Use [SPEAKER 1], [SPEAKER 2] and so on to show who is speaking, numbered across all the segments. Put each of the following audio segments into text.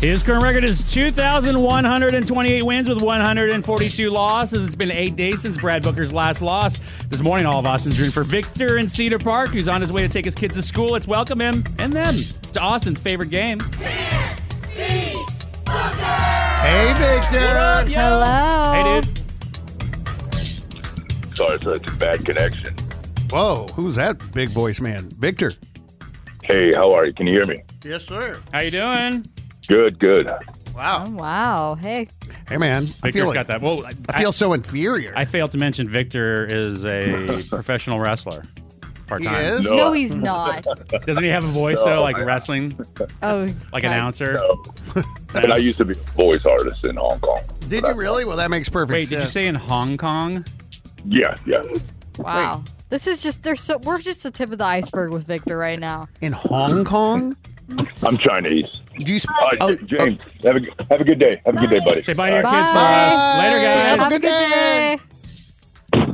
[SPEAKER 1] His current record is 2,128 wins with 142 losses. It's been eight days since Brad Booker's last loss. This morning, all of Austin's rooting for Victor in Cedar Park, who's on his way to take his kids to school. Let's welcome him and them to Austin's favorite game.
[SPEAKER 2] Hey, Victor.
[SPEAKER 1] What up, yo?
[SPEAKER 3] Hello.
[SPEAKER 1] Hey, dude.
[SPEAKER 4] Sorry for the bad connection.
[SPEAKER 2] Whoa, who's that big voice man? Victor.
[SPEAKER 4] Hey, how are you? Can you hear me?
[SPEAKER 2] Yes, sir.
[SPEAKER 1] How you doing?
[SPEAKER 4] Good, good.
[SPEAKER 2] Wow.
[SPEAKER 3] Oh, Wow. Hey.
[SPEAKER 2] Hey, man. I
[SPEAKER 1] Victor's
[SPEAKER 2] feel,
[SPEAKER 1] got
[SPEAKER 2] like,
[SPEAKER 1] that. Well,
[SPEAKER 2] I feel so inferior.
[SPEAKER 1] I failed to mention Victor is a professional wrestler. Part
[SPEAKER 2] he
[SPEAKER 1] time.
[SPEAKER 2] is?
[SPEAKER 4] No.
[SPEAKER 3] No, he's not.
[SPEAKER 1] Doesn't he have a voice though, like wrestling,
[SPEAKER 3] Oh.
[SPEAKER 1] like
[SPEAKER 3] God.
[SPEAKER 1] announcer?
[SPEAKER 4] And I used to be a voice artist in Hong Kong.
[SPEAKER 2] Did you really? Well, that makes perfect
[SPEAKER 1] Wait,
[SPEAKER 2] sense.
[SPEAKER 1] did you say in Hong Kong?
[SPEAKER 4] Yeah, yeah.
[SPEAKER 3] Wow. This is just there's so we're just the tip of the iceberg with Victor right now.
[SPEAKER 2] in Hong Kong?
[SPEAKER 4] I'm Chinese.
[SPEAKER 2] Do you? Sp-
[SPEAKER 4] All right,
[SPEAKER 2] oh,
[SPEAKER 4] J- James, have a g- have a good day. Have a good day, buddy.
[SPEAKER 1] Say bye to your
[SPEAKER 3] Bye.
[SPEAKER 1] kids for
[SPEAKER 3] Bye.
[SPEAKER 1] us. Later, guys.
[SPEAKER 2] Have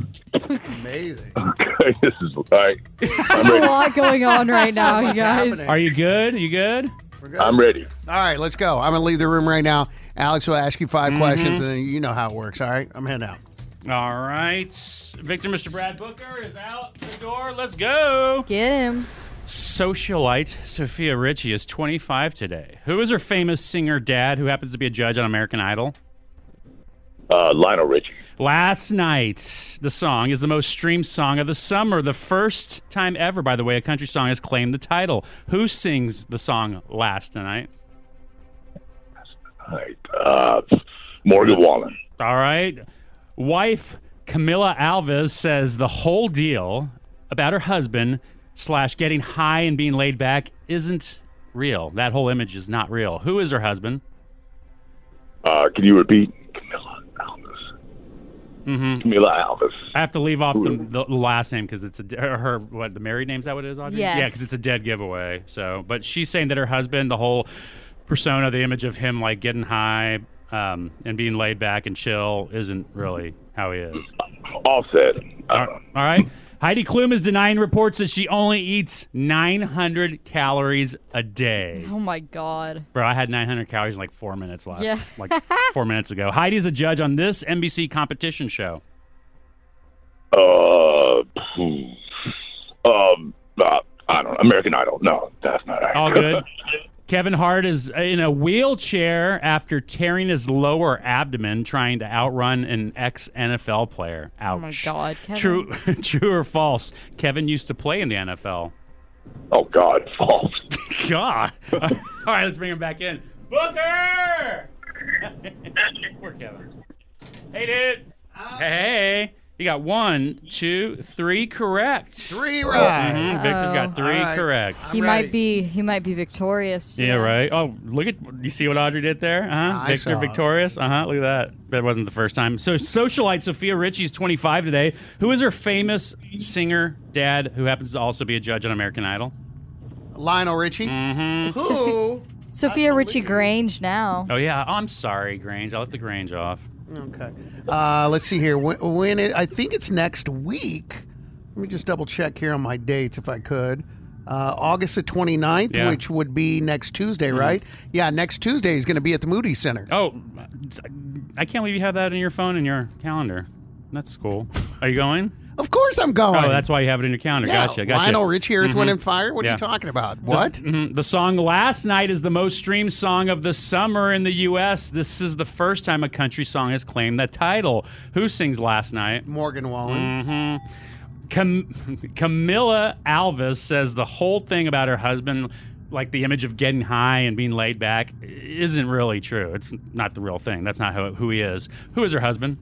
[SPEAKER 3] Have a
[SPEAKER 2] good
[SPEAKER 3] good
[SPEAKER 2] day.
[SPEAKER 3] day.
[SPEAKER 2] oh, amazing.
[SPEAKER 4] Okay, this is all right.
[SPEAKER 3] There's a lot going on right now, you guys.
[SPEAKER 1] Are you good? you good?
[SPEAKER 4] I'm ready.
[SPEAKER 2] All right, let's go. I'm gonna leave the room right now. Alex will ask you 5
[SPEAKER 1] Mm-hmm.
[SPEAKER 2] questions, and then you know how it works. All right, I'm heading out.
[SPEAKER 1] All right. Victor, Mr. Brad Booker is out the door. Let's go.
[SPEAKER 3] Get him.
[SPEAKER 1] Socialite Sophia Ritchie is 25 today. Who is her famous singer dad who happens to be a judge on American Idol?
[SPEAKER 4] Uh, Lionel Richie.
[SPEAKER 1] Last night, the song is the most streamed song of the summer. The first time ever, by the way, a country song has claimed the title. Who sings the song last night?
[SPEAKER 4] All right. Uh, Morgan Wallen.
[SPEAKER 1] All right. Wife Camila Alves says the whole deal about her husband slash getting high and being laid back isn't real. That whole image is not real. Who is her husband?
[SPEAKER 4] Uh, can you repeat? Camilla Alvis.
[SPEAKER 1] Mm-hmm.
[SPEAKER 4] Camilla Alvis.
[SPEAKER 1] I have to leave off the, the last name because it's a, de- or her what the married name's that what it is Audrey? Yeah,
[SPEAKER 3] Yes.
[SPEAKER 1] because it's a dead giveaway. So, but she's saying that her husband, the whole persona, the image of him like getting high um, and being laid back and chill, isn't really how he is.
[SPEAKER 4] Offset.
[SPEAKER 1] All right. All right. Heidi Klum is denying reports that she only eats 900 calories a day.
[SPEAKER 3] Oh my god.
[SPEAKER 1] Bro, I had 900 calories in like four minutes last,
[SPEAKER 3] Yeah.
[SPEAKER 1] like four minutes ago. Heidi's a judge on this NBC competition show.
[SPEAKER 4] Uh, phew. um, uh, I don't know. American Idol. No, that's not
[SPEAKER 1] All
[SPEAKER 4] accurate.
[SPEAKER 1] good. Kevin Hart is in a wheelchair after tearing his lower abdomen trying to outrun an ex NFL player. Ouch.
[SPEAKER 3] Oh my god. Kevin.
[SPEAKER 1] True, true or false? Kevin used to play in the NFL.
[SPEAKER 4] oh God, false.
[SPEAKER 1] God. All right, let's bring him back in. Booker! Poor Kevin. Hey, dude. Hey. You got one, two, three correct.
[SPEAKER 2] Three right.
[SPEAKER 1] Mhm, Victor's
[SPEAKER 3] Oh,
[SPEAKER 1] got three
[SPEAKER 2] All right.
[SPEAKER 1] correct.
[SPEAKER 3] He might be he might be victorious.
[SPEAKER 1] Yeah, right. Oh, look at you see what Audrey did there? Uh huh.
[SPEAKER 2] I
[SPEAKER 1] Victor
[SPEAKER 2] saw.
[SPEAKER 1] victorious. Uh huh. Look at that. That wasn't the first time. So, socialite Sophia Ritchie's 25 today. Who is her famous singer dad who happens to also be a judge on American Idol?
[SPEAKER 2] Lionel Richie.
[SPEAKER 1] Mm-hmm.
[SPEAKER 2] Who?
[SPEAKER 3] Sophia Richie Grange now.
[SPEAKER 1] Oh, yeah. Oh, I'm sorry, Grange. I left the Grange off.
[SPEAKER 2] Okay. Uh, let's see here. When, when it, I think it's next week. Let me just double check here on my dates if I could. Uh, August the 29th,
[SPEAKER 1] Yeah. Mm-hmm.
[SPEAKER 2] which would be next Tuesday, right? Yeah, next Tuesday is going to be at the Moody Center.
[SPEAKER 1] Oh, I can't believe you have that in your phone and your calendar. That's cool. Are you going?
[SPEAKER 2] Of course I'm going.
[SPEAKER 1] Oh, that's why you have it in your calendar.
[SPEAKER 2] Yeah,
[SPEAKER 1] Gotcha. Gotcha. Mm-hmm.
[SPEAKER 2] Lionel Richie, Earth, Wind, and Fire? What are
[SPEAKER 1] Yeah.
[SPEAKER 2] you talking about? What?
[SPEAKER 1] Mhm. The song Last Night is the most streamed song of the summer in the U.S. This is the first time a country song has claimed that title. Who sings Last Night?
[SPEAKER 2] Morgan Wallen.
[SPEAKER 1] Cam- Camilla Alvis says the whole thing about her husband, like the image of getting high and being laid back, isn't really true. It's not the real thing. That's not who, who he is. Who is her husband?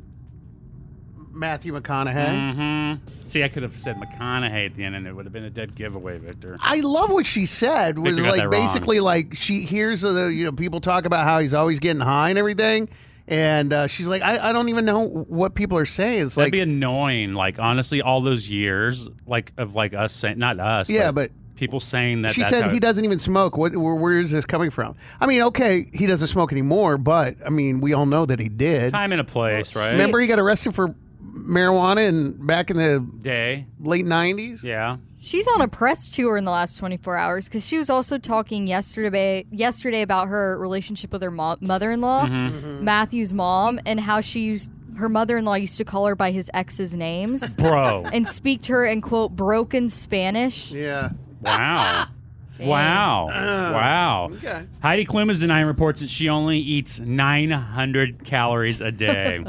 [SPEAKER 1] Mm-hmm.
[SPEAKER 2] Matthew McConaughey.
[SPEAKER 1] See, I could have said McConaughey at the end, and it would have been a dead giveaway, Victor.
[SPEAKER 2] I love what she said. Was
[SPEAKER 1] Victor got
[SPEAKER 2] like
[SPEAKER 1] that wrong.
[SPEAKER 2] basically like she hears the you know people talk about how he's always getting high and everything, and uh, she's like, I, I don't even know what people are saying. It's
[SPEAKER 1] That'd
[SPEAKER 2] like,
[SPEAKER 1] be annoying. Like honestly, all those years, like of like us saying, not us,
[SPEAKER 2] Yeah,
[SPEAKER 1] people saying that.
[SPEAKER 2] she
[SPEAKER 1] that's
[SPEAKER 2] said
[SPEAKER 1] how-
[SPEAKER 2] he doesn't even smoke. What, where, where is this coming from? I mean, okay, he doesn't smoke anymore, but I mean, we all know that he did.
[SPEAKER 1] Time and a place, right?
[SPEAKER 2] Remember, he got arrested for marijuana and back in the
[SPEAKER 1] Day.
[SPEAKER 2] late nineties.
[SPEAKER 1] Yeah.
[SPEAKER 3] She's on a press tour in the last 24 hours because she was also talking yesterday yesterday about her relationship with her mo- mother-in-law,
[SPEAKER 2] Mm-hmm.
[SPEAKER 1] Mm-hmm.
[SPEAKER 3] Matthew's mom, and how she used, her mother-in-law used to call her by his ex's names
[SPEAKER 1] Bro.
[SPEAKER 3] and speak to her in quote broken Spanish.
[SPEAKER 2] Yeah.
[SPEAKER 1] Wow. Wow. Wow.
[SPEAKER 2] Okay.
[SPEAKER 1] Heidi Klum is denying reports that she only eats 900 calories a day.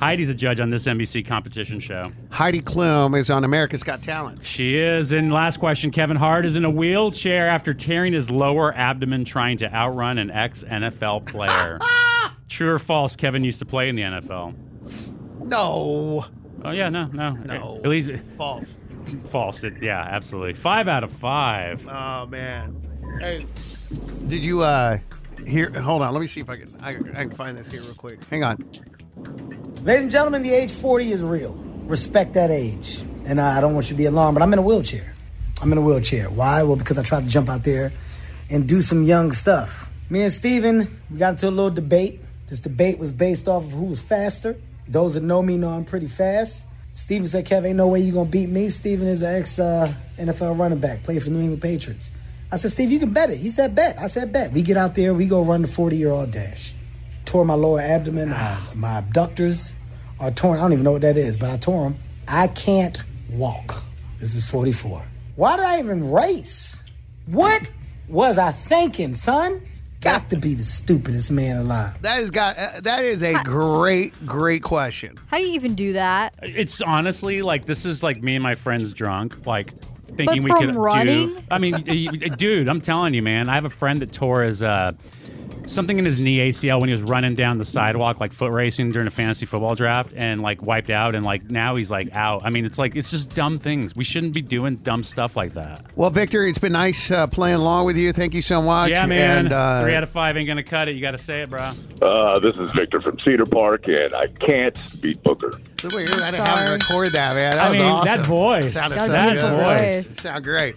[SPEAKER 1] Heidi's a judge on this NBC competition show.
[SPEAKER 2] Heidi Klum is on America's Got Talent.
[SPEAKER 1] She is. And last question Kevin Hart is in a wheelchair after tearing his lower abdomen trying to outrun an ex NFL player. True or false, Kevin used to play in the NFL.
[SPEAKER 2] No.
[SPEAKER 1] Oh, yeah, no, no.
[SPEAKER 2] No.
[SPEAKER 1] At least
[SPEAKER 2] False.
[SPEAKER 1] false. It, yeah, absolutely. Five out of five.
[SPEAKER 2] Oh man. Hey, did you uh here? Hold on. Let me see if I can I, I can find this here real quick. Hang on.
[SPEAKER 5] Ladies and gentlemen, the age 40 is real. Respect that age. And I I don't want you to be alarmed, but I'm in a wheelchair. I'm in a wheelchair. Why? Well, because I tried to jump out there and do some young stuff. Me and Steven, we got into a little debate. This debate was based off of who was faster. Those that know me know I'm pretty fast. Steven said, Kev, ain't no way you going to beat me. Steven is an ex uh, NFL running back, played for the New England Patriots. I said, Steve, you can bet it. He said, bet. I said, bet. We get out there, we go run the 40 year old dash tore my lower abdomen. uh, my abductors are torn. I don't even know what that is, but I tore them. I can't walk. This is 44. Why did I even race? What was I thinking, son? Got to be the stupidest man alive.
[SPEAKER 2] That is got uh, that is a great great question.
[SPEAKER 3] How do you even do that?
[SPEAKER 1] It's honestly like this is like me and my friends drunk, like thinking we
[SPEAKER 3] from
[SPEAKER 1] could
[SPEAKER 3] running?
[SPEAKER 1] do. I mean, y- y- dude, I'm telling you, man. I have a friend that tore his uh, something in his knee ACL when he was running down the sidewalk, like foot racing during a fantasy football draft, and like wiped out, and like now he's like out. I mean, it's like it's just dumb things. We shouldn't be doing dumb stuff like that.
[SPEAKER 2] Well, Victor, it's been nice uh, playing along with you. Thank you so much.
[SPEAKER 1] yeah, man.
[SPEAKER 2] And, uh,
[SPEAKER 1] Three out of five ain't gonna cut it. You got to say it, bro.
[SPEAKER 4] Uh, this is Victor from Cedar Park, and I can't beat Booker.
[SPEAKER 2] we were gonna have him
[SPEAKER 3] Sorry.
[SPEAKER 2] record that man. That
[SPEAKER 1] I
[SPEAKER 2] was
[SPEAKER 1] mean,
[SPEAKER 2] awesome.
[SPEAKER 1] that voice.
[SPEAKER 2] sounded
[SPEAKER 3] That
[SPEAKER 2] so
[SPEAKER 3] beautiful
[SPEAKER 2] good.
[SPEAKER 3] voice.
[SPEAKER 2] Sound great.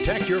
[SPEAKER 6] Protect your